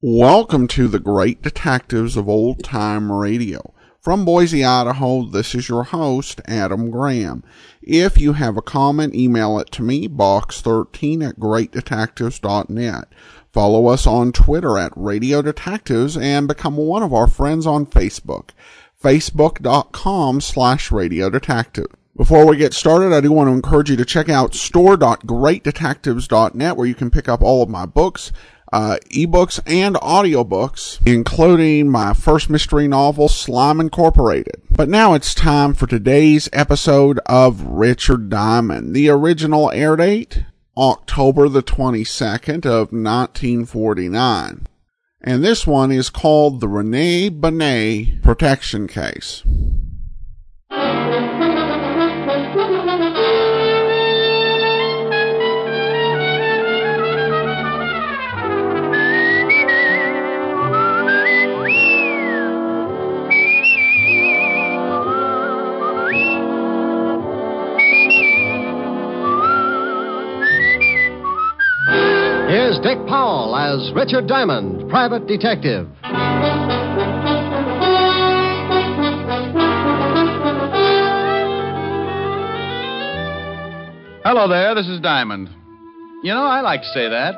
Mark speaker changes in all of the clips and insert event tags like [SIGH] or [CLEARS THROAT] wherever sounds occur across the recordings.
Speaker 1: Welcome to the Great Detectives of Old Time Radio. From Boise, Idaho, this is your host, Adam Graham. If you have a comment, email it to me, box13 at greatdetectives.net. Follow us on Twitter at Radio Detectives and become one of our friends on Facebook, facebook.com slash radio detective. Before we get started, I do want to encourage you to check out store.greatdetectives.net where you can pick up all of my books, uh, ebooks, and audiobooks, including my first mystery novel, Slime Incorporated. But now it's time for today's episode of Richard Diamond. The original air date, October the 22nd of 1949. And this one is called the Rene Benet Protection Case.
Speaker 2: Here's Dick Powell as Richard Diamond, private detective.
Speaker 3: Hello there, this is Diamond. You know, I like to say that.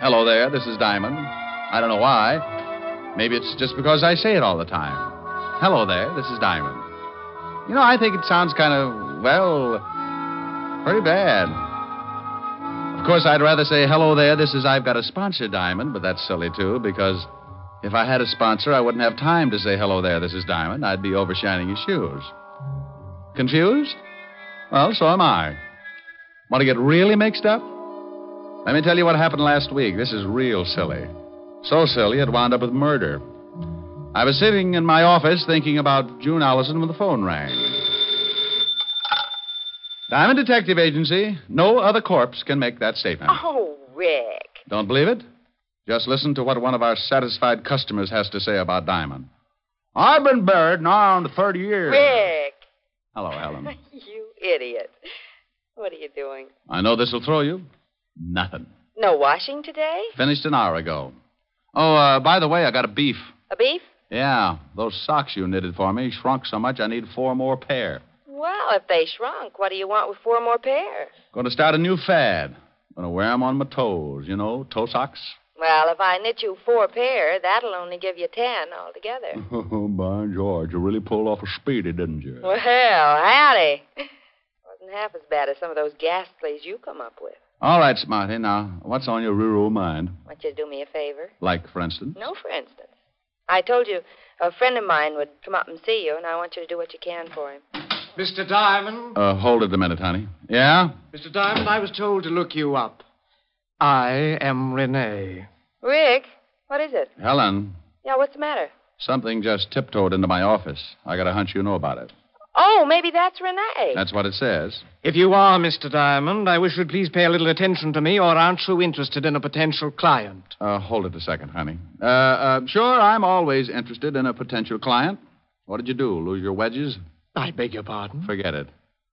Speaker 3: Hello there, this is Diamond. I don't know why. Maybe it's just because I say it all the time. Hello there, this is Diamond. You know, I think it sounds kind of, well, pretty bad. Of course, I'd rather say, hello there, this is I've Got a Sponsor Diamond, but that's silly, too, because if I had a sponsor, I wouldn't have time to say, hello there, this is Diamond. I'd be overshining his shoes. Confused? Well, so am I. Want to get really mixed up? Let me tell you what happened last week. This is real silly. So silly, it wound up with murder. I was sitting in my office thinking about June Allison when the phone rang. Diamond Detective Agency, no other corpse can make that statement.
Speaker 4: Oh, Rick.
Speaker 3: Don't believe it? Just listen to what one of our satisfied customers has to say about Diamond. I've been buried now on 30 years.
Speaker 4: Rick.
Speaker 3: Hello, Helen.
Speaker 4: [LAUGHS] you idiot. What are you doing?
Speaker 3: I know this will throw you. Nothing.
Speaker 4: No washing today?
Speaker 3: Finished an hour ago. Oh, uh, by the way, I got a beef.
Speaker 4: A beef?
Speaker 3: Yeah, those socks you knitted for me shrunk so much I need four more pair.
Speaker 4: Well, if they shrunk, what do you want with four more pairs?
Speaker 3: Going to start a new fad. Going to wear 'em on my toes, you know, toe socks. [LAUGHS]
Speaker 4: Well, if I knit you four pair, that'll only give you ten altogether.
Speaker 3: Oh, by George, you really pulled off a speedy, didn't you?
Speaker 4: well, howdy. Wasn't half as bad as some of those ghastlies you come up with.
Speaker 3: All right, Smarty, now, what's on your rural mind?
Speaker 4: Want you to do me a favor?
Speaker 3: Like, for instance?
Speaker 4: No, for instance. I told you a friend of mine would come up and see you, and I want you to do what you can for him.
Speaker 5: Mr. Diamond,
Speaker 3: Uh, hold it a minute, honey. Yeah?
Speaker 5: Mr. Diamond, I was told to look you up. I am Renee.
Speaker 4: Rick, what is it?
Speaker 3: Helen,
Speaker 4: Yeah, what's the matter?
Speaker 3: something just tiptoed into my office. I got a hunch you know about it.
Speaker 4: Oh, maybe that's Renee. [LAUGHS]
Speaker 3: That's what it says.
Speaker 5: If you are Mr. Diamond, I wish you'd please pay a little attention to me, or aren't you interested in a potential client?
Speaker 3: Uh, hold it a second, honey. Uh, uh, sure, I'm always interested in a potential client. What did you do? Lose your wedges?
Speaker 5: I beg your pardon.
Speaker 3: Forget it.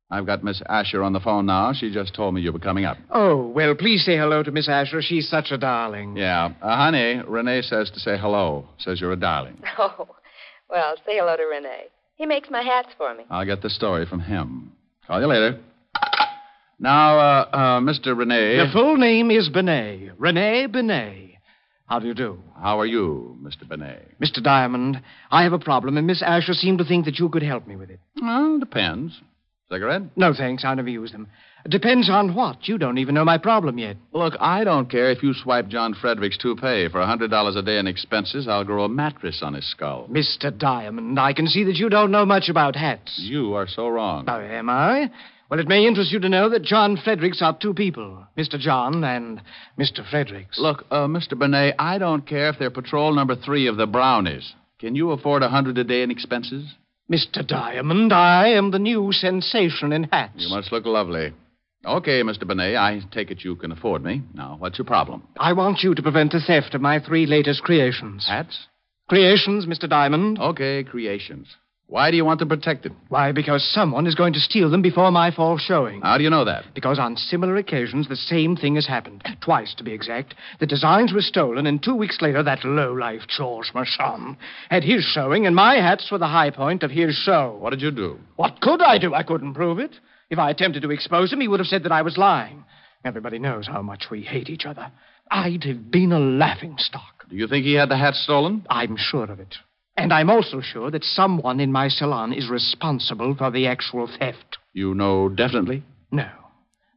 Speaker 3: I've got Miss Asher on the phone now. She just told me you were coming up.
Speaker 5: Oh, well, please say hello to Miss Asher. She's such a darling.
Speaker 3: Yeah. Uh, honey, Renee says to say hello. Says you're a darling.
Speaker 4: Oh, well, say hello to Renee. He makes my hats for me.
Speaker 3: I'll get the story from him. Call you later. Now, uh, uh, Mr. Renee.
Speaker 5: Your full name is Benet. Renee Benet. How do you do?
Speaker 3: How are you, Mr. Benet?
Speaker 5: Mr. Diamond, I have a problem, and Miss Asher seemed to think that you could help me with it.
Speaker 3: Well, depends. Cigarette?
Speaker 5: No, thanks. I never use them. Depends on what. You don't even know my problem yet.
Speaker 3: Look, I don't care if you swipe John Frederick's toupee for a $100 a day in expenses. I'll grow a mattress on his skull.
Speaker 5: Mr. Diamond, I can see that you don't know much about hats.
Speaker 3: You are so wrong.
Speaker 5: Now, am I? Well, it may interest you to know that John Fredericks are two people Mr. John and Mr. Fredericks.
Speaker 3: Look, uh, Mr. Benet, I don't care if they're patrol number three of the Brownies. Can you afford a 100 a day in expenses?
Speaker 5: Mr. Diamond, I am the new sensation in hats.
Speaker 3: You must look lovely. Okay, Mr. Benet, I take it you can afford me. Now, what's your problem?
Speaker 5: I want you to prevent the theft of my three latest creations.
Speaker 3: Hats?
Speaker 5: Creations, Mr. Diamond?
Speaker 3: Okay, creations. Why do you want them protected?
Speaker 5: Why, because someone is going to steal them before my fall showing.
Speaker 3: How do you know that?
Speaker 5: Because on similar occasions, the same thing has happened. Twice, to be exact. The designs were stolen, and two weeks later, that low-life Georges Marchand had his showing, and my hats were the high point of his show.
Speaker 3: What did you do?
Speaker 5: What could I do? I couldn't prove it. If I attempted to expose him, he would have said that I was lying. Everybody knows how much we hate each other. I'd have been a laughing stock.
Speaker 3: Do you think he had the hat stolen?
Speaker 5: I'm sure of it. And I'm also sure that someone in my salon is responsible for the actual theft.
Speaker 3: You know definitely.
Speaker 5: No.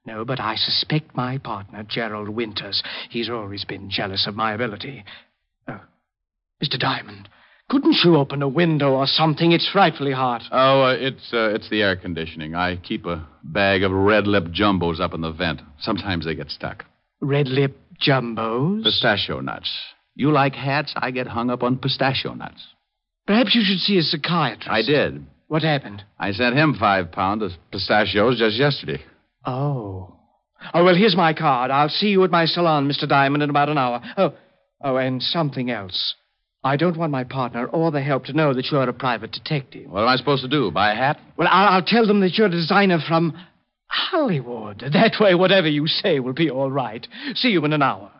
Speaker 5: No, but I suspect my partner, Gerald Winters. He's always been jealous of my ability. Oh, Mr. Diamond, couldn't you open a window or something? It's frightfully hot.
Speaker 3: Oh, uh, it's uh, it's the air conditioning. I keep a bag of red lip jumbos up in the vent. Sometimes they get stuck.
Speaker 5: Red lip jumbos?
Speaker 3: Pistachio nuts. You like hats? I get hung up on pistachio nuts.
Speaker 5: Perhaps you should see a psychiatrist.
Speaker 3: I did.
Speaker 5: What happened?
Speaker 3: I sent him five pounds of pistachios just yesterday.
Speaker 5: Oh. Oh, well, here's my card. I'll see you at my salon, Mr. Diamond, in about an hour. Oh, oh, and something else. I don't want my partner or the help to know that you're a private detective.
Speaker 3: What am I supposed to do? Buy a hat?
Speaker 5: Well, I'll, I'll tell them that you're a designer from Hollywood. That way, whatever you say will be all right. See you in an hour.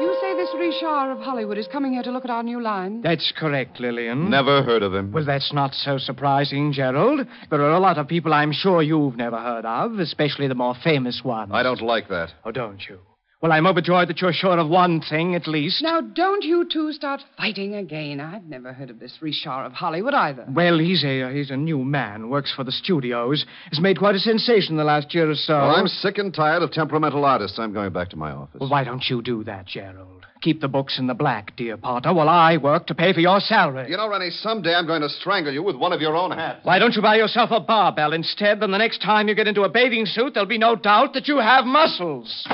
Speaker 6: You say this Richard of Hollywood is coming here to look at our new line?
Speaker 5: That's correct, Lillian.
Speaker 3: Never heard of him.
Speaker 5: Well, that's not so surprising, Gerald. There are a lot of people I'm sure you've never heard of, especially the more famous ones.
Speaker 3: I don't like that.
Speaker 5: Oh, don't you? Well, I'm overjoyed that you're sure of one thing, at least.
Speaker 6: Now, don't you two start fighting again. I've never heard of this Richard of Hollywood either.
Speaker 5: Well, he's a he's a new man. Works for the studios. Has made quite a sensation the last year or so.
Speaker 7: Well, I'm sick and tired of temperamental artists. I'm going back to my office.
Speaker 5: Well, why don't you do that, Gerald? Keep the books in the black, dear Potter, while I work to pay for your salary.
Speaker 7: You know, Rennie, someday I'm going to strangle you with one of your own hats.
Speaker 5: Why don't you buy yourself a barbell instead? Then the next time you get into a bathing suit, there'll be no doubt that you have muscles.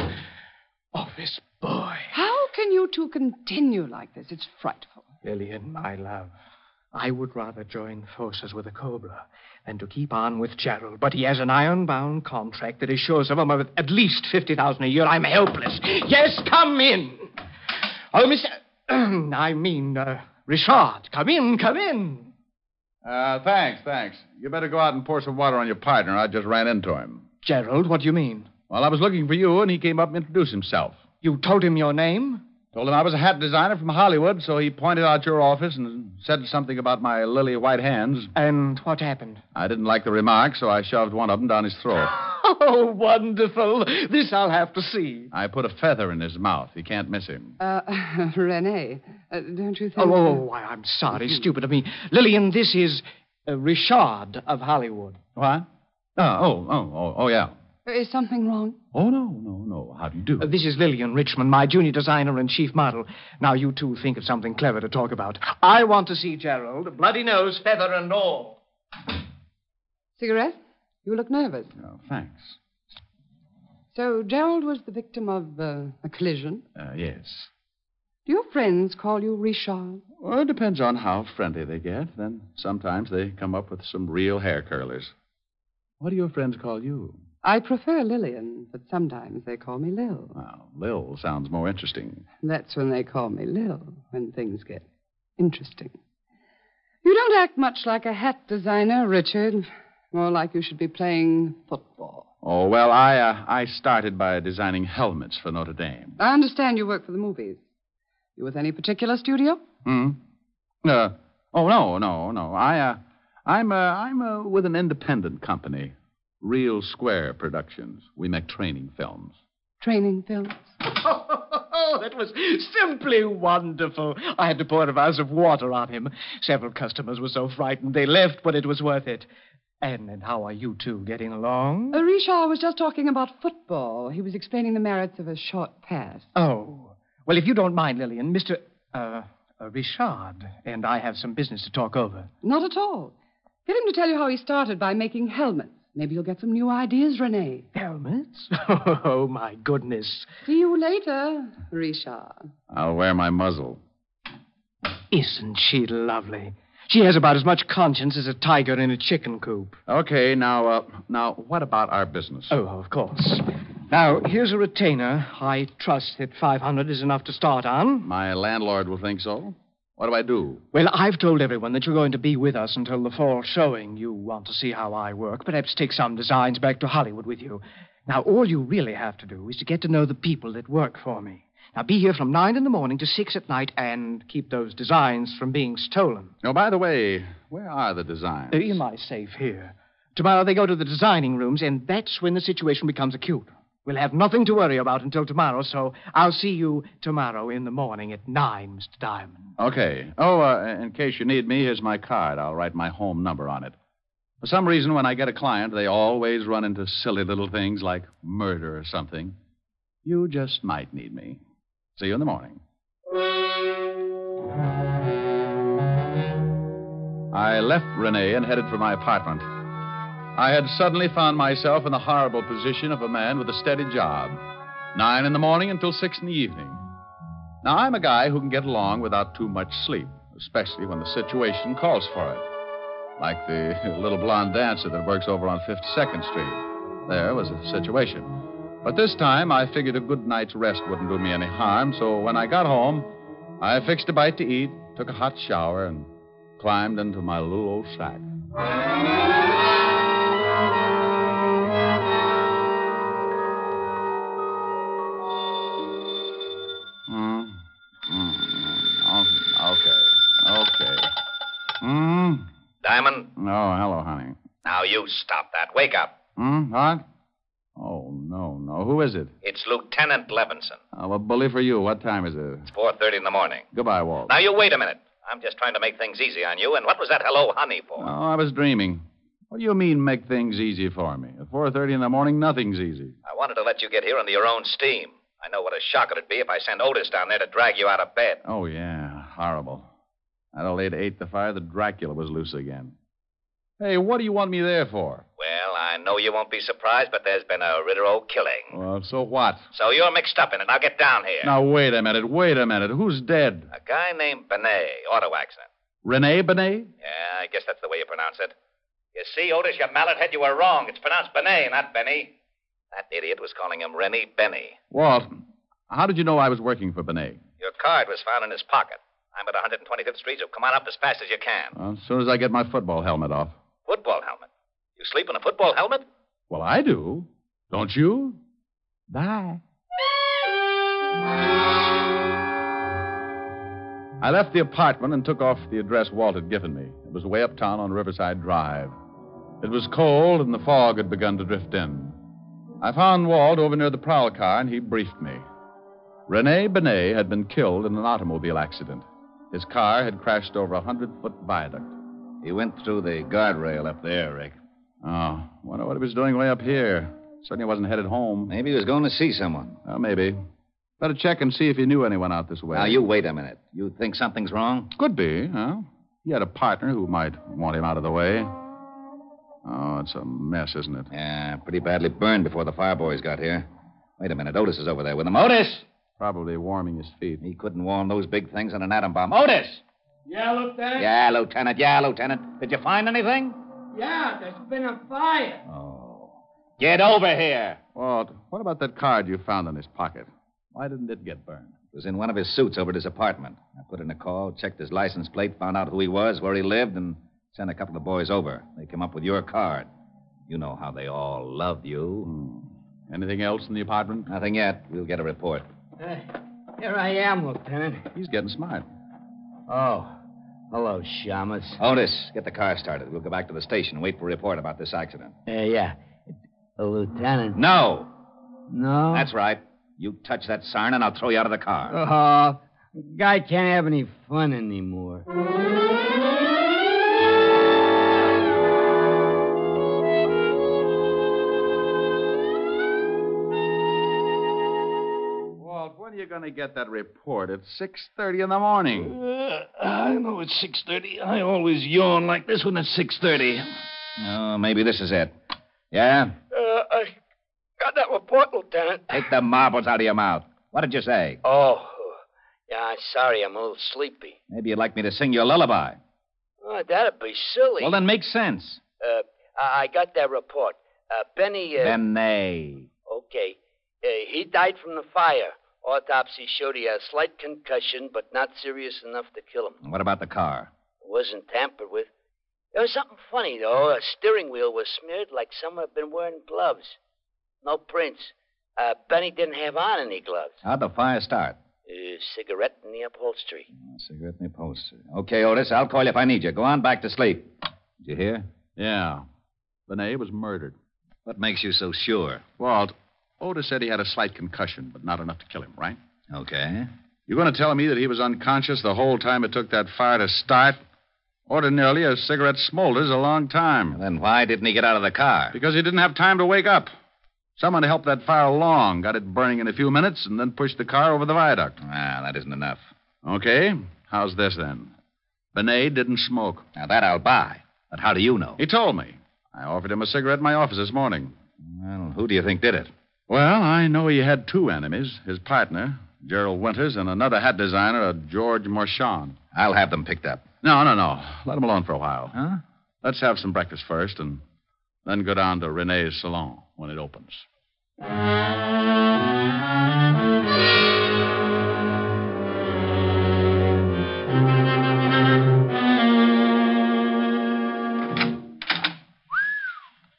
Speaker 5: Office boy.
Speaker 6: How can you two continue like this? It's frightful.
Speaker 5: Lillian, my love, I would rather join forces with a cobra than to keep on with Gerald. But he has an iron-bound contract that assures him of at least fifty thousand a year. I'm helpless. Yes, come in. Oh, Mister, [CLEARS THROAT] I mean uh, Richard, come in, come in.
Speaker 3: Uh, thanks, thanks. You better go out and pour some water on your partner. I just ran into him.
Speaker 5: Gerald, what do you mean?
Speaker 3: Well, I was looking for you, and he came up and introduced himself.
Speaker 5: You told him your [LAUGHS] name?
Speaker 3: Told him I was a hat designer from Hollywood, so he pointed out your office and said something about my lily white hands.
Speaker 5: And what happened?
Speaker 3: I didn't like the remark, so I shoved one of them down his throat.
Speaker 5: Oh, wonderful. This I'll have to see.
Speaker 3: I put a feather in his mouth. He can't miss him.
Speaker 6: Uh, [LAUGHS] Renee, uh, don't you think...
Speaker 5: Oh, oh,
Speaker 3: Mm-hmm.
Speaker 5: oh, I- I'm sorry. Stupid of me. Lillian, this is uh, Richard of Hollywood.
Speaker 3: What? Oh, oh, oh, oh, oh, yeah.
Speaker 6: Is something wrong?
Speaker 3: Oh, no, no, no. How do you do?
Speaker 5: Uh, this is Lillian Richmond, my junior designer and chief model. Now, you two think of something clever to talk about. I want to see Gerald, bloody nose, feather, and all.
Speaker 6: Cigarette? You look nervous.
Speaker 3: Oh, thanks.
Speaker 6: So Gerald was the victim of uh, a collision.
Speaker 3: Uh, yes.
Speaker 6: Do your friends call you Richard?
Speaker 3: Well, it depends on how friendly they get. Then sometimes they come up with some real hair curlers. What do your friends call you?
Speaker 6: I prefer Lillian, but sometimes they call me Lil.
Speaker 3: Well, Lil sounds more interesting.
Speaker 6: That's when they call me Lil, when things get interesting. You don't act much like a hat designer, Richard. More like you should be playing football.
Speaker 3: Oh, well, I, uh, I started by designing helmets for Notre Dame.
Speaker 6: I understand you work for the movies. You with any particular studio?
Speaker 3: Hmm? Uh, oh, no, no, no. I, uh, I'm, uh, I'm uh, with an independent company, Real Square Productions. We make training films.
Speaker 6: Training films?
Speaker 5: [LAUGHS] Oh, that was simply wonderful. I had to pour a vase of water on him. Several customers were so frightened they left, but it was worth it. And, and how are you two getting along?
Speaker 6: Uh, Richard was just talking about football. He was explaining the merits of a short pass.
Speaker 5: Oh. Well, if you don't mind, Lillian, Mr. Uh, uh, Richard and I have some business to talk over.
Speaker 6: Not at all. Get him to tell you how he started by making helmets. Maybe you'll get some new ideas, Renee.
Speaker 5: Helmets? [LAUGHS] Oh, my goodness.
Speaker 6: See you later, Richard.
Speaker 3: I'll wear my muzzle.
Speaker 5: Isn't she lovely? She has about as much conscience as a tiger in a chicken coop.
Speaker 3: Okay, now, uh, now, what about our business?
Speaker 5: Oh, of course. Now, here's a retainer. I trust that 500 is enough to start on.
Speaker 3: My landlord will think so. What do I do?
Speaker 5: Well, I've told everyone that you're going to be with us until the fall showing. You want to see how I work, perhaps take some designs back to Hollywood with you. Now, all you really have to do is to get to know the people that work for me. Now, be here from 9 in the morning to 6 at night and keep those designs from being stolen.
Speaker 3: Oh, by the way, where are the designs?
Speaker 5: They're in my safe here. Tomorrow they go to the designing rooms, and that's when the situation becomes acute. We'll have nothing to worry about until tomorrow, so I'll see you tomorrow in the morning at nine, Mr. Diamond.
Speaker 3: Okay. Oh, uh, in case you need me, here's my card. I'll write my home number on it. For some reason, when I get a client, they always run into silly little things like murder or something. You just might need me. See you in the morning. I left Renee and headed for my apartment. I had suddenly found myself in the horrible position of a man with a steady job. Nine in the morning until six in the evening. Now, I'm a guy who can get along without too much sleep, especially when the situation calls for it. Like the [LAUGHS] little blonde dancer that works over on 52nd Street. There was a situation. But this time, I figured a good night's rest wouldn't do me any harm, so when I got home, I fixed a bite to eat, took a hot shower, and climbed into my little old sack. Mm. Mm. Oh, Okay. Okay. Hmm.
Speaker 8: Diamond,
Speaker 3: Oh, hello, honey.
Speaker 8: now you stop that. Wake up.
Speaker 3: Hmm? What? Oh, no, no. Who is it?
Speaker 8: It's Lieutenant Levinson.
Speaker 3: Oh, a bully for you. What time is it?
Speaker 8: 4.30 in the morning.
Speaker 3: Goodbye, Walt.
Speaker 8: Now you wait a minute. I'm just trying to make things easy on you. And what was that hello honey
Speaker 3: Oh,
Speaker 8: for?
Speaker 3: I was dreaming. What do you mean, make things easy for me? At 4.30 in the morning, nothing's easy.
Speaker 8: I wanted to let you get here under your own steam. I know what a shock it'd be if I sent Otis down there to drag you out of bed.
Speaker 3: Oh, yeah. Horrible. That old lady ate the fire. The Dracula was loose again. Hey, what do you want me there for?
Speaker 8: Well, I know you won't be surprised, but there's been a Ritero killing.
Speaker 3: Well, so what?
Speaker 8: So you're mixed up in it. Now get down here.
Speaker 3: Now, wait a minute. Wait a minute. Who's dead?
Speaker 8: A guy named Benet, auto accident.
Speaker 3: Renee Benet?
Speaker 8: Yeah, I guess that's the way you pronounce it. You see, Otis, you mallet head, you were wrong. It's pronounced Benet, not Benny. That idiot was calling him Rennie Benny.
Speaker 3: Walt, how did you know I was working for Benet?
Speaker 8: Your card was found in his pocket. I'm at 125th Street, so come on up as fast as you can.
Speaker 3: Well, as soon as I get my football helmet off.
Speaker 8: Football helmet. You sleep in a football helmet?
Speaker 3: Well, I do. Don't you? Bye. I left the apartment and took off the address Walt had given me. It was way uptown on Riverside Drive. It was cold, and the fog had begun to drift in. I found Walt over near the prowl car, and he briefed me. Rene Benet had been killed in an automobile accident. His car had crashed over a hundred foot viaduct.
Speaker 7: He went through the guardrail up there, Rick.
Speaker 3: Oh, wonder what he was doing way up here. Certainly wasn't headed home.
Speaker 7: Maybe he was going to see someone.
Speaker 3: Uh, maybe. Better check and see if he knew anyone out this way.
Speaker 7: Now, you wait a minute. You think something's wrong?
Speaker 3: Could be, huh? He had a partner who might want him out of the way. Oh, it's a mess, isn't it?
Speaker 7: Yeah, pretty badly burned before the fire boys got here. Wait a minute. Otis is over there with him. Otis!
Speaker 3: Probably warming his feet.
Speaker 7: He couldn't warm those big things in an atom bomb. Otis!
Speaker 9: Yeah, Lieutenant?
Speaker 7: Yeah, Lieutenant. Yeah, Lieutenant. Did you find anything?
Speaker 9: Yeah, there's been a fire.
Speaker 7: Oh. Get over here.
Speaker 3: Walt, what about that card you found in his pocket? Why didn't it get burned?
Speaker 7: It was in one of his suits over at his apartment. I put in a call, checked his license plate, found out who he was, where he lived, and sent a couple of boys over. They came up with your card. You know how they all love you.
Speaker 3: Hmm. Anything else in the apartment?
Speaker 7: Nothing yet. We'll get a report.
Speaker 9: Uh, here I am, [LAUGHS] Lieutenant.
Speaker 3: He's getting smart.
Speaker 9: Oh, hello, Shamus.
Speaker 7: Otis, get the car started. We'll go back to the station and wait for a report about this accident.
Speaker 9: Uh, yeah. Uh, Lieutenant.
Speaker 7: No!
Speaker 9: No?
Speaker 7: That's right. You touch that siren, and I'll throw you out of the car.
Speaker 9: Oh, guy can't have any fun anymore.
Speaker 3: Walt, when are you going to get that report? It's 6.30 in the morning.
Speaker 8: Uh, I know it's 6.30. I always yawn like this when it's 6.30.
Speaker 7: Oh, maybe this is it. Yeah?
Speaker 10: Uh, I got that report, Lieutenant.
Speaker 7: Take the marbles out of your mouth. What did you say?
Speaker 10: Oh, yeah, I'm sorry. I'm a little sleepy.
Speaker 7: Maybe you'd like me to sing you a lullaby.
Speaker 10: Oh, that'd be silly.
Speaker 7: Well, then make sense.
Speaker 10: Uh, I I got that report. Uh, Benny. Uh,
Speaker 7: Then nay.
Speaker 10: Okay. Uh, he died from the fire. Autopsy showed he had a slight concussion, but not serious enough to kill him.
Speaker 7: And What about the car?
Speaker 10: It wasn't tampered with. There was something funny, though. A steering wheel was smeared like someone had been wearing gloves. No prints. Uh, Benny didn't have on any gloves.
Speaker 7: How'd the fire start?
Speaker 10: Uh, cigarette in the upholstery.
Speaker 7: Cigarette in the upholstery. Okay, Otis, I'll call you if I need you. Go on back to sleep. Did you hear?
Speaker 3: Yeah. Lene was murdered.
Speaker 7: What makes you so sure?
Speaker 3: Walt, Otis said he had a slight concussion, but not enough to kill him, right?
Speaker 7: Okay.
Speaker 3: You're going to tell me that he was unconscious the whole time it took that fire to start? Ordinarily, a cigarette smolders a long time.
Speaker 7: Then why didn't he get out of the car?
Speaker 3: Because he didn't have time to wake up. Someone helped that fire along, got it burning in a few minutes, and then pushed the car over the viaduct.
Speaker 7: Ah, that isn't enough.
Speaker 3: Okay, how's this then? Benet didn't smoke.
Speaker 7: Now, that I'll buy. But how do you know?
Speaker 3: He told me. I offered him a cigarette in my office this morning.
Speaker 7: Well, who do you think did it?
Speaker 3: Well, I know he had two enemies his partner, Gerald Winters, and another hat designer, a George Marchand.
Speaker 7: I'll have them picked up.
Speaker 3: No, no, no. Let him alone for a while.
Speaker 7: Huh?
Speaker 3: Let's have some breakfast first and then go down to Renee's salon when it opens. [LAUGHS]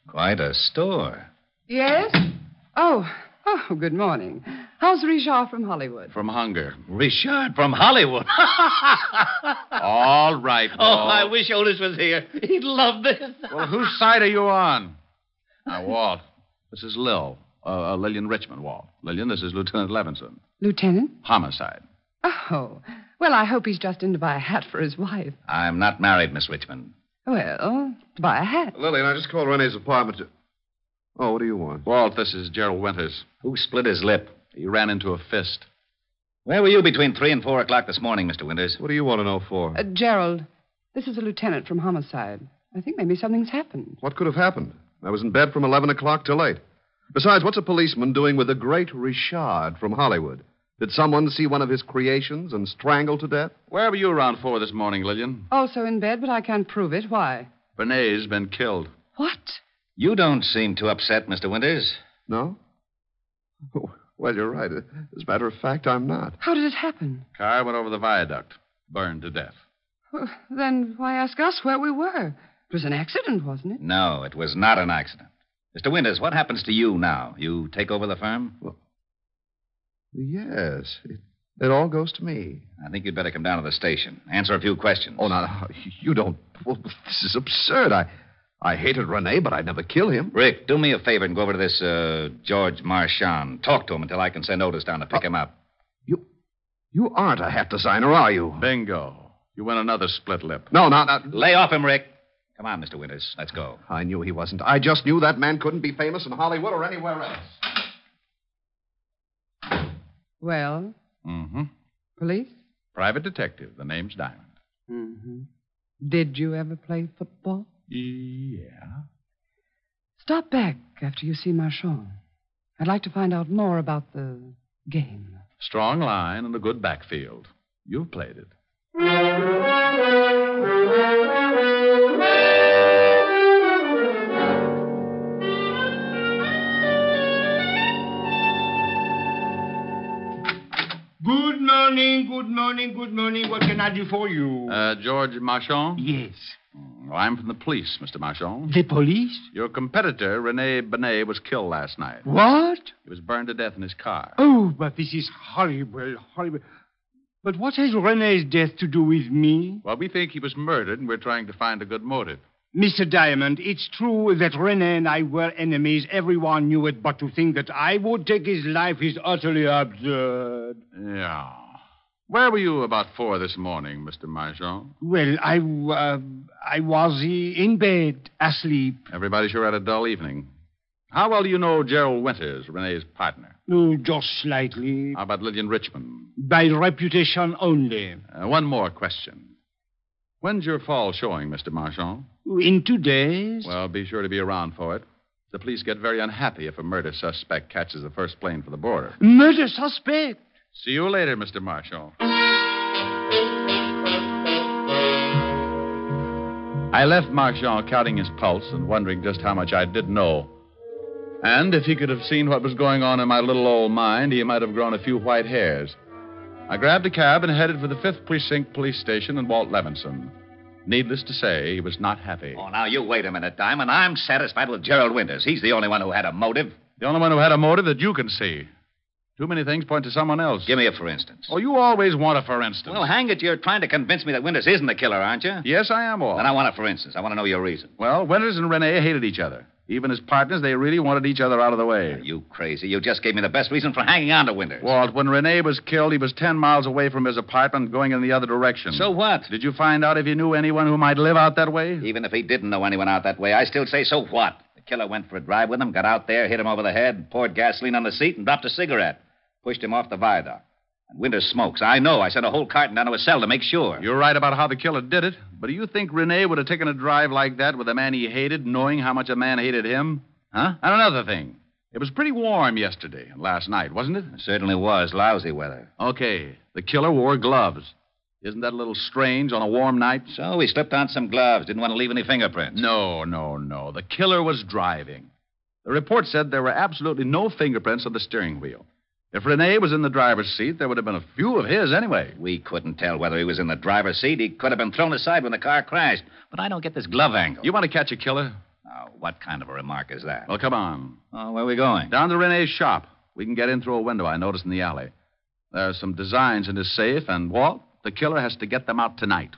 Speaker 7: Quite a store.
Speaker 6: Yes? Oh, oh, good morning. How's Richard from Hollywood?
Speaker 3: From hunger.
Speaker 7: Richard from Hollywood.
Speaker 3: All right,
Speaker 9: Oh,
Speaker 3: Walt.
Speaker 9: I wish Otis was here. He'd love this.
Speaker 3: Well, whose side are you on? Now, Walt, this is Lil. Uh, uh, Lillian Richmond, Walt. Lillian, this is Lieutenant Levinson.
Speaker 6: Lieutenant?
Speaker 3: Homicide.
Speaker 6: Oh, well, I hope he's just in to buy a hat for his wife.
Speaker 7: I'm not married, Miss Richmond.
Speaker 6: Well, to buy a hat.
Speaker 11: Lillian, I just called Renee's apartment to. Oh, what do you want?
Speaker 3: Walt, this is Gerald Winters.
Speaker 7: Who split his lip?
Speaker 3: He ran into a fist.
Speaker 7: Where were you between 3 and 4 o'clock this morning, Mr. Winters?
Speaker 11: What do you want oh to know for?
Speaker 6: Uh, Gerald, this is a lieutenant from homicide. I think maybe something's happened.
Speaker 11: What could have happened? I was in bed from 11 o'clock till 8. Besides, what's a policeman doing with the great Richard from Hollywood? Did someone see one of his creations and strangle to death?
Speaker 3: Where were you around four this morning, Lillian?
Speaker 6: Also in bed, but I can't prove it. Why?
Speaker 3: Benet's been killed.
Speaker 6: What?
Speaker 7: You don't seem too upset, Mr. Winters.
Speaker 11: No? [LAUGHS] Well, you're right. As a matter of fact, I'm not.
Speaker 6: How did it happen?
Speaker 3: Car went over the viaduct, burned to death.
Speaker 6: Well, then why ask us where we were? It was an accident, wasn't it?
Speaker 7: No, it was not an accident. Mr. Winters, what happens to you now? You take over the firm?
Speaker 11: Yes, it, it all goes to me.
Speaker 7: I think you'd better come down to the station. Answer a few questions.
Speaker 11: Oh, no, no, you don't. Well, this is absurd. I, I hated Renee, but I'd never kill him.
Speaker 7: Rick, do me a favor and go over to this uh, George Marchand. Talk to him until I can send Otis down to pick him up.
Speaker 11: Uh, You, you aren't a hat designer, are you?
Speaker 3: Bingo. You win another split lip.
Speaker 11: No, no, no.
Speaker 7: Lay off him, Rick. Come on, Mr. Winters. Let's go.
Speaker 11: I knew he wasn't. I just knew that man couldn't be famous in Hollywood or anywhere else.
Speaker 6: Well,
Speaker 3: Mm-hmm.
Speaker 6: police?
Speaker 3: Private detective. The name's Diamond.
Speaker 6: Mm-hmm. Did you ever play football?
Speaker 3: Yeah.
Speaker 6: Stop back after you see Marchand. I'd like to find out more about the game.
Speaker 3: Strong line and a good backfield. You've played it.
Speaker 9: Good morning, good morning, good morning. What can I do for you?
Speaker 3: Uh, George Marchand?
Speaker 9: yes.
Speaker 3: Mm, I'm from the police, Mr. Marchand.
Speaker 9: The police?
Speaker 3: Your competitor, Rene Benet, was killed last night.
Speaker 9: What?
Speaker 3: He was burned to death in his car.
Speaker 9: Oh, but this is horrible, horrible. But what has Renee's death to do with me?
Speaker 3: Well, we think he was murdered, and we're trying to find a good motive.
Speaker 9: Mr. Diamond, it's true that Renee and I were enemies. Everyone knew it, but to think that I would take his life is utterly absurd.
Speaker 3: Yeah. Where were you about four this morning, Mr. Marchand?
Speaker 9: Well, I, uh, I was uh, in bed, asleep.
Speaker 3: Everybody sure had a dull evening. How well do you know Gerald Winters, Renee's partner?
Speaker 9: Oh, just slightly.
Speaker 3: How about Lillian Richmond?
Speaker 9: By reputation only.
Speaker 3: Uh, one more question. When's your fall showing, Mr. Marchand?
Speaker 9: In two days?
Speaker 3: Well, be sure to be around for it. The police get very unhappy if a murder suspect catches the first plane for the border.
Speaker 9: Murder suspect.
Speaker 3: See you later, Mr. Marshall.
Speaker 9: [LAUGHS]
Speaker 3: I left Marchand counting his pulse and wondering just how much I did know And if he could have seen what was going on in my little old mind, he might have grown a few white hairs. I grabbed a cab and headed for the 5th Precinct Police Station and Walt Levinson. Needless to say, he was not happy.
Speaker 7: Oh, now you wait a minute, Diamond. I'm satisfied with Gerald Winters. He's the only one who had a motive.
Speaker 3: The only one who had a motive that you can see. Too many things point to someone else.
Speaker 7: Give me a for instance.
Speaker 3: Oh, you always want a for instance.
Speaker 7: Well, hang it, you're trying to convince me that Winters isn't the killer, aren't you?
Speaker 3: Yes, I am, Walt.
Speaker 7: Then I want a for instance. I want to know your reason.
Speaker 3: Well, Winters and Renee hated each other. Even as partners, they really wanted each other out of the way.
Speaker 7: you crazy? You just gave me the best reason for hanging on to Winters.
Speaker 3: Walt, when Renee was killed, he was 10 miles away from his apartment going in the other direction.
Speaker 7: So what?
Speaker 3: Did you find out if he knew anyone who might live out that way?
Speaker 7: Even if he didn't know anyone out that way, I still say, so what? The killer went for a drive with him, got out there, hit him over the head, poured gasoline on the seat, and dropped a cigarette. Pushed him off the viaduct. And Winters smokes. I know. I sent a whole carton down to his cell to make sure.
Speaker 3: You're right about how the killer did it, but do you think Renee would have taken a drive like that with a man he hated, knowing how much a man hated him? Huh? And another thing. It was pretty warm yesterday and last night, wasn't it? It
Speaker 7: certainly was. Lousy weather.
Speaker 3: Okay. The killer wore gloves. Isn't that a little strange on a warm night?
Speaker 7: So he slipped on some gloves. Didn't want to leave any fingerprints.
Speaker 3: No, no, no. The killer was driving. The report said there were absolutely no fingerprints on the steering wheel. If Renee was in the driver's seat, there would have been a few of his anyway.
Speaker 7: We couldn't tell whether he was in the driver's seat. He could have been thrown aside when the car crashed. But I don't get this glove angle.
Speaker 3: You want to catch a killer?
Speaker 7: Now, what kind of a remark is that?
Speaker 3: Well, come on.
Speaker 7: Oh, where are we going?
Speaker 3: Down to Renee's shop. We can get in through a window I noticed in the alley. There are some designs in his safe, and Walt, the killer has to get them out tonight.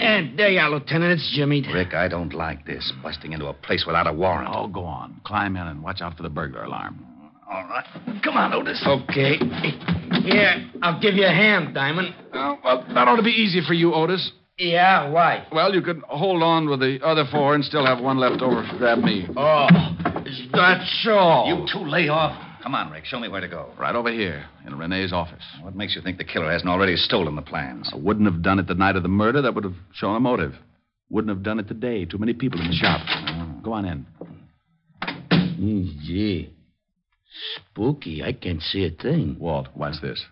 Speaker 12: And there you are, Lieutenant. It's Jimmy.
Speaker 7: Rick, I don't like this. Busting into a place without a warrant.
Speaker 3: Oh, go on. Climb in and watch out for the burglar alarm.
Speaker 12: All right. Come on, Otis.
Speaker 7: Okay.
Speaker 12: [LAUGHS] Here, I'll give you a hand, Diamond.
Speaker 3: Oh, well, that ought to be easy for you, Otis.
Speaker 12: Yeah, why?
Speaker 3: Well, you could hold on with the other four and still have one left over to grab me.
Speaker 12: Oh, is that so?
Speaker 7: You two lay off. Come on, Rick. Show me where to go.
Speaker 3: Right over here, in Renee's office.
Speaker 7: What makes you think the killer hasn't already stolen the plans?
Speaker 3: I wouldn't have done it the night of the murder. That would have shown a motive. Wouldn't have done it today. Too many people in the shop. Go on in.
Speaker 12: Mm, gee. Spooky. I can't see a thing.
Speaker 3: Walt, what's this?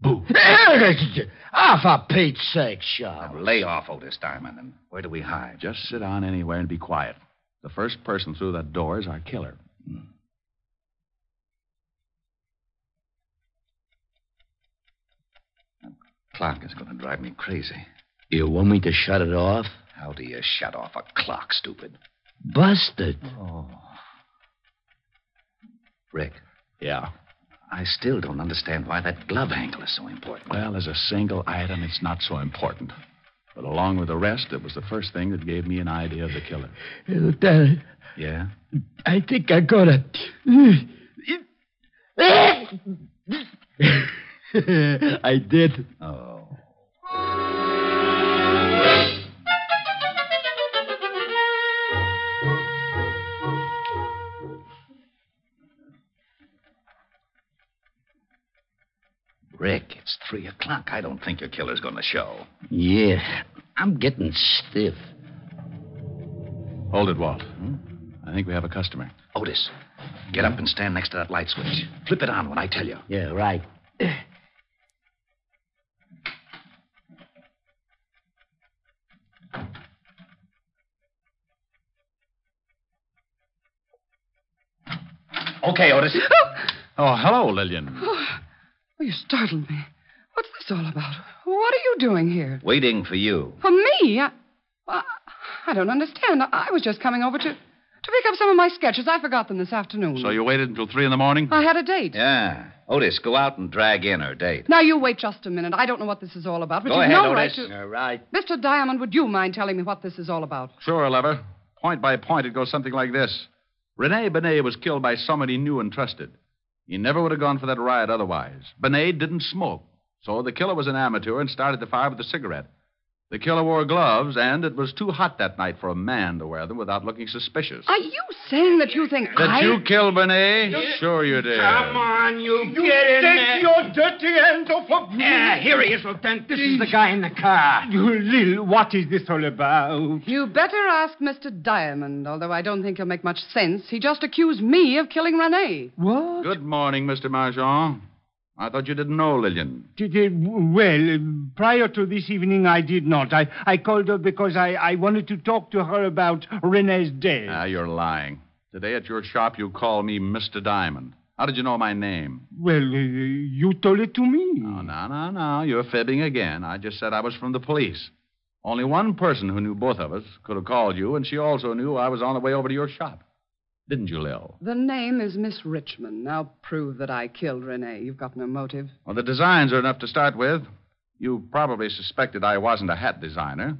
Speaker 12: Boo. Off a Ah, Pete's sake, Shaw.
Speaker 7: Now, lay off, Otis Diamond. And where do we hide?
Speaker 3: Just sit down anywhere and be quiet. The first person through that door is our killer.
Speaker 7: Clock is going to drive me crazy.
Speaker 12: You want me to shut it off?
Speaker 7: How do you shut off a clock, stupid?
Speaker 12: Busted.
Speaker 7: Oh. Rick,
Speaker 3: Yeah.
Speaker 7: I still don't understand why that glove angle is so important.
Speaker 3: Well, as a single item, it's not so important. But along with the rest, it was the first thing that gave me an idea of the killer.
Speaker 12: Lieutenant,
Speaker 3: Yeah?
Speaker 12: I think I got it. [LAUGHS] I did.
Speaker 7: Oh. Rick, it's three o'clock. I don't think your killer's going to show.
Speaker 12: Yeah, I'm getting stiff.
Speaker 3: Hold it, Walt. Hmm? I think we have a customer.
Speaker 7: Otis, get up and stand next to that light switch. Flip it on when I tell you.
Speaker 12: Yeah, right.
Speaker 7: Okay,
Speaker 6: [LAUGHS]
Speaker 7: Otis.
Speaker 3: [CLEARS THROAT] Oh, hello, Lillian.
Speaker 6: Oh, Well, you startled me. What's this all about? What are you doing here?
Speaker 7: Waiting for you.
Speaker 6: For me? I, I, I don't understand. I, I was just coming over to, to pick up some of my sketches. I forgot them this afternoon.
Speaker 3: So you waited until three in the morning?
Speaker 6: I had a date.
Speaker 7: Yeah. Otis, go out and drag in her date.
Speaker 6: Now, you wait just a minute. I don't know what this is all about, but
Speaker 7: Go
Speaker 6: you've
Speaker 7: ahead,
Speaker 6: no right
Speaker 7: Otis.
Speaker 6: to.
Speaker 12: All right.
Speaker 6: Mr. Diamond, would you mind telling me what this is all about?
Speaker 3: Sure, lover. Point by point, it goes something like this Rene Benet was killed by someone he knew and trusted. He never would have gone for that riot otherwise. Benet didn't smoke, so the killer was an amateur and started the fire with a cigarette. The killer wore gloves, and it was too hot that night for a man to wear them without looking suspicious.
Speaker 6: Are you saying that you think
Speaker 3: Did
Speaker 6: I...
Speaker 3: you kill Benet? Sure you did.
Speaker 13: Oh, Come on, you,
Speaker 9: You
Speaker 13: get in
Speaker 9: take
Speaker 13: there.
Speaker 9: your dirty hands off of me.
Speaker 13: Yeah, Ah, here he is, Lieutenant. This is the guy in the car.
Speaker 9: You Lil, what is this all about?
Speaker 6: You better ask Mr. Diamond, although I don't think he'll make much sense. He just accused me of killing Renee.
Speaker 9: What?
Speaker 3: Good morning, Mr. Marchand. I thought you didn't know Lillian.
Speaker 9: Did it- Well, prior to this evening, I did not. I, I called her because I, I wanted to talk to her about Renee's death.
Speaker 3: Ah, you're lying. Today at your shop, you call me Mr. Diamond. How did you know my name?
Speaker 9: Well, uh, you told it to me.
Speaker 3: Oh, no, no, no. You're fibbing again. I just said I was from the police. Only one person who knew both of us could have called you, and she also knew I was on the way over to your shop. Didn't you, Lil?
Speaker 6: The name is Miss Richmond. Now prove that I killed Renee. You've got no motive.
Speaker 3: Well, the designs are enough to start with. You probably suspected I wasn't a hat designer,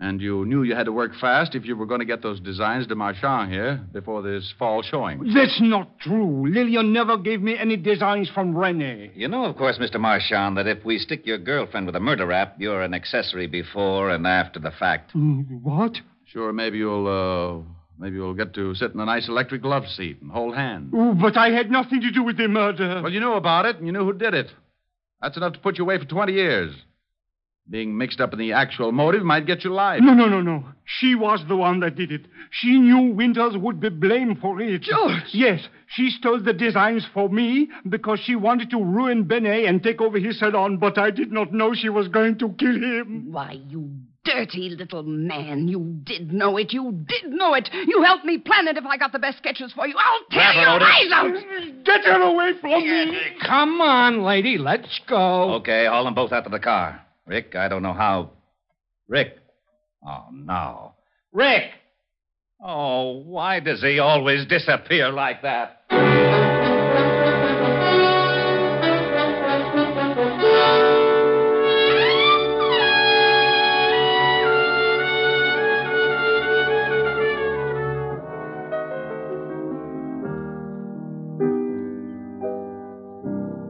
Speaker 3: and you knew you had to work fast if you were going to get those designs to Marchand here before this fall showing.
Speaker 9: That's not true. Lillian never gave me any designs from Renee.
Speaker 7: You know, of course, Mr. Marchand, that if we stick your girlfriend with a murder rap, you're an accessory before and after the fact.
Speaker 13: Mm,
Speaker 9: What?
Speaker 3: Sure, maybe you'll, uh, maybe you'll get to sit in a nice electric love seat and hold hands.
Speaker 9: Oh, but I had nothing to do with the murder.
Speaker 3: Well, you knew about it, and you knew who did it. That's enough to put you away for 20 years. Being mixed up in the actual motive might get you life.
Speaker 9: No, no, no, no. She was the one that did it. She knew Winters would be blamed for it. George! Yes, she stole the designs for me because she wanted to ruin Benet and take over his salon, but I did not know she was going to kill him.
Speaker 6: Why, you dirty little man. You did know it. You did know it. You helped me plan it if I got the best sketches for you. I'll tear
Speaker 7: Grab her,
Speaker 6: your
Speaker 7: Otis.
Speaker 6: eyes out.
Speaker 9: Get her away from me.
Speaker 7: Come on, lady, let's go. Okay, haul them both out to the car. Rick, I don't know how. Rick. Oh, no. Rick! Oh, why does he always disappear like that?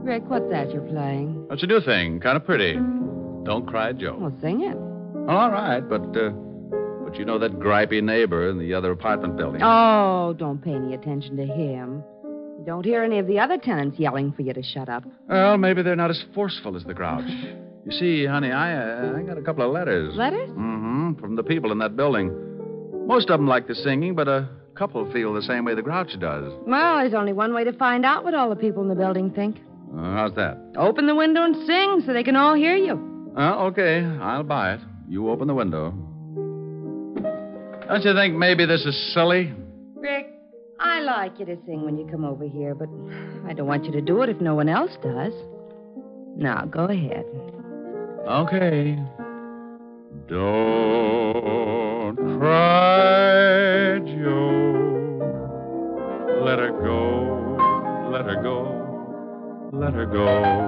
Speaker 14: Rick, what's that you're playing?
Speaker 3: That's a new thing, kind of pretty. Don't cry, Joe.
Speaker 14: Well, sing it.
Speaker 3: All right, but uh, but you know that gripey neighbor in the other apartment building.
Speaker 14: Oh, don't pay any attention to him. You don't hear any of the other tenants yelling for you to shut up.
Speaker 3: Well, maybe they're not as forceful as the Grouch. You see, honey, I uh, I got a couple of letters.
Speaker 14: Letters?
Speaker 3: Mm-hmm. From the people in that building. Most of them like the singing, but a couple feel the same way the Grouch does.
Speaker 14: Well, there's only one way to find out what all the people in the building think.
Speaker 3: Uh, how's that?
Speaker 14: Open the window and sing so they can all hear you.
Speaker 3: Uh, okay, I'll buy it. You open the window. Don't you think maybe this is silly?
Speaker 14: Rick, I like you to sing when you come over here, but I don't want you to do it if no one else does. Now, go ahead.
Speaker 3: Okay. Don't cry, Joe. Let her go. Let her go. Let her go.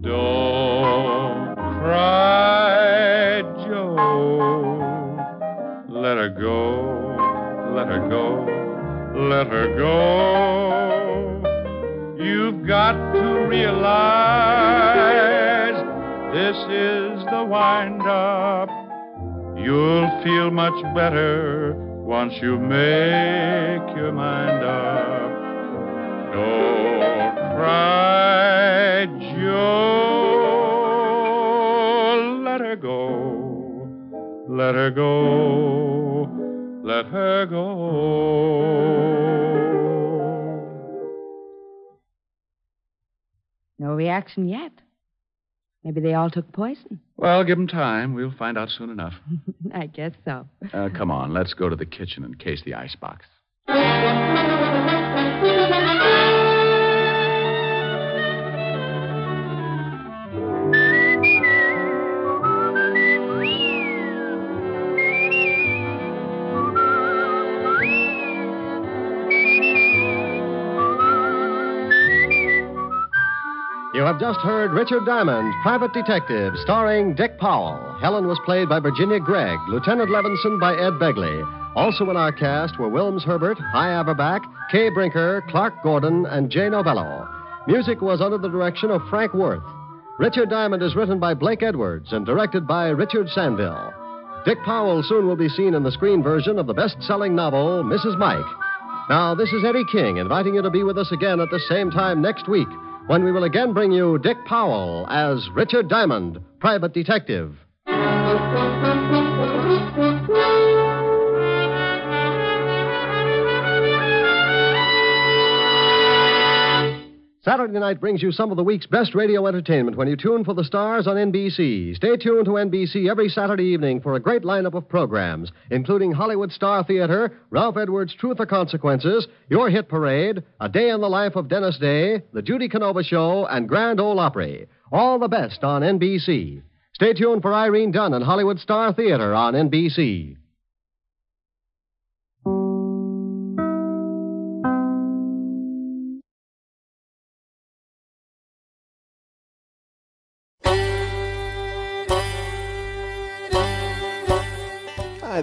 Speaker 3: Don't cry, Joe. Let her go. Let her go. Let her go. You've got to realize this is the wind up. You'll feel much better once you make your mind up. Don't cry, Joe. Let her go. Let her go. Let her go.
Speaker 14: No reaction yet. Maybe they all took poison. [LAUGHS]
Speaker 3: Well, give 'em time. We'll find out soon enough.
Speaker 14: I guess so.
Speaker 3: Uh, come on, let's go to the kitchen and case the icebox.
Speaker 2: You have just heard Richard Diamond, Private Detective, starring Dick Powell. Helen was played by Virginia Gregg, Lieutenant Levinson by Ed Begley. Also in our cast were Wilms Herbert, High Averback, Kay Brinker, Clark Gordon, and Jay Novello. Music was under the direction of Frank Worth. Richard Diamond is written by Blake Edwards and directed by Richard Sandville. Dick Powell soon will be seen in the screen version of the best selling novel, Mrs. Mike. Now, this is Eddie King inviting you to be with us again at the same time next week when we will again bring you Dick Powell as Richard Diamond, private detective. Saturday night brings you some of the week's best radio entertainment when you tune for the stars on NBC. Stay tuned to NBC every Saturday evening for a great lineup of programs, including Hollywood Star Theater, Ralph Edwards' Truth or Consequences, Your Hit Parade, A Day in the Life of Dennis Day, The Judy Canova Show, and Grand Ole Opry. All the best on NBC. Stay tuned for Irene Dunn and Hollywood Star Theater on NBC.
Speaker 15: Hi,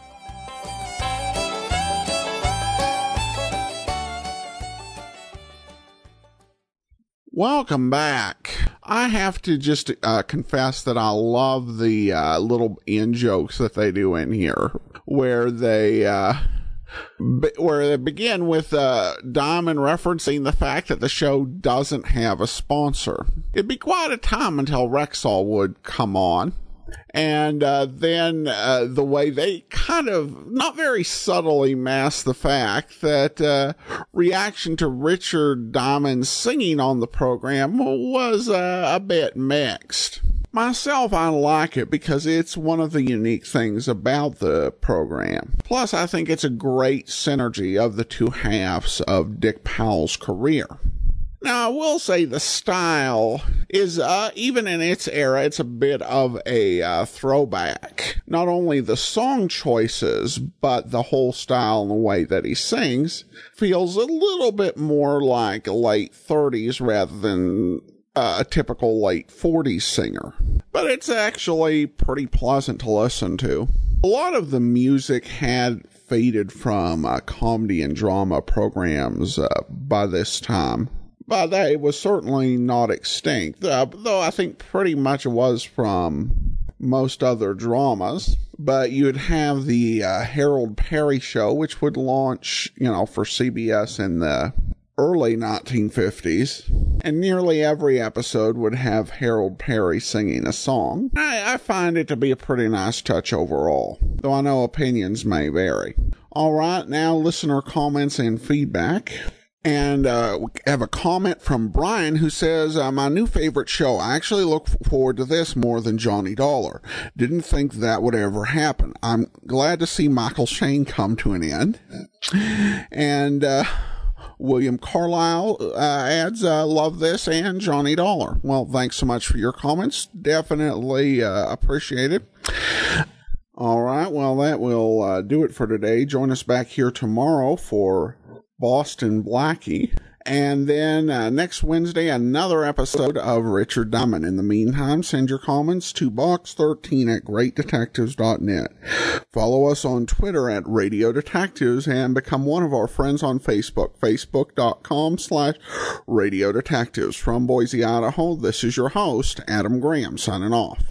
Speaker 1: Welcome back. I have to just uh, confess that I love the uh, little in jokes that they do in here, where they uh, be- where they begin with uh, Diamond referencing the fact that the show doesn't have a sponsor. It'd be quite a time until Rexall would come on. And uh, then uh, the way they kind of not very subtly mask the fact that uh, reaction to Richard Diamond singing on the program was uh, a bit mixed. Myself, I like it because it's one of the unique things about the program. Plus, I think it's a great synergy of the two halves of Dick Powell's career. Now, I will say the style is, uh, even in its era, it's a bit of a uh, throwback. Not only the song choices, but the whole style and the way that he sings feels a little bit more like late 30s rather than uh, a typical late 40s singer. But it's actually pretty pleasant to listen to. A lot of the music had faded from uh, comedy and drama programs uh, by this time. By that, it was certainly not extinct, uh, though I think pretty much it was from most other dramas. But you'd have the uh, Harold Perry show, which would launch, you know, for CBS in the early 1950s, and nearly every episode would have Harold Perry singing a song. I, I find it to be a pretty nice touch overall, though I know opinions may vary. All right, now listener comments and feedback. And uh, we have a comment from Brian who says, uh, My new favorite show. I actually look forward to this more than Johnny Dollar. Didn't think that would ever happen. I'm glad to see Michael Shane come to an end. And uh, William Carlisle uh, adds, uh, love this and Johnny Dollar. Well, thanks so much for your comments. Definitely uh, appreciate it. All right. Well, that will uh, do it for today. Join us back here tomorrow for Boston Blackie. And then uh, next Wednesday, another episode of Richard Diamond. In the meantime, send your comments to box13 at greatdetectives.net. Follow us on Twitter at Radio Detectives and become one of our friends on Facebook, facebook.com slash Radio Detectives. From Boise, Idaho, this is your host, Adam Graham, signing off.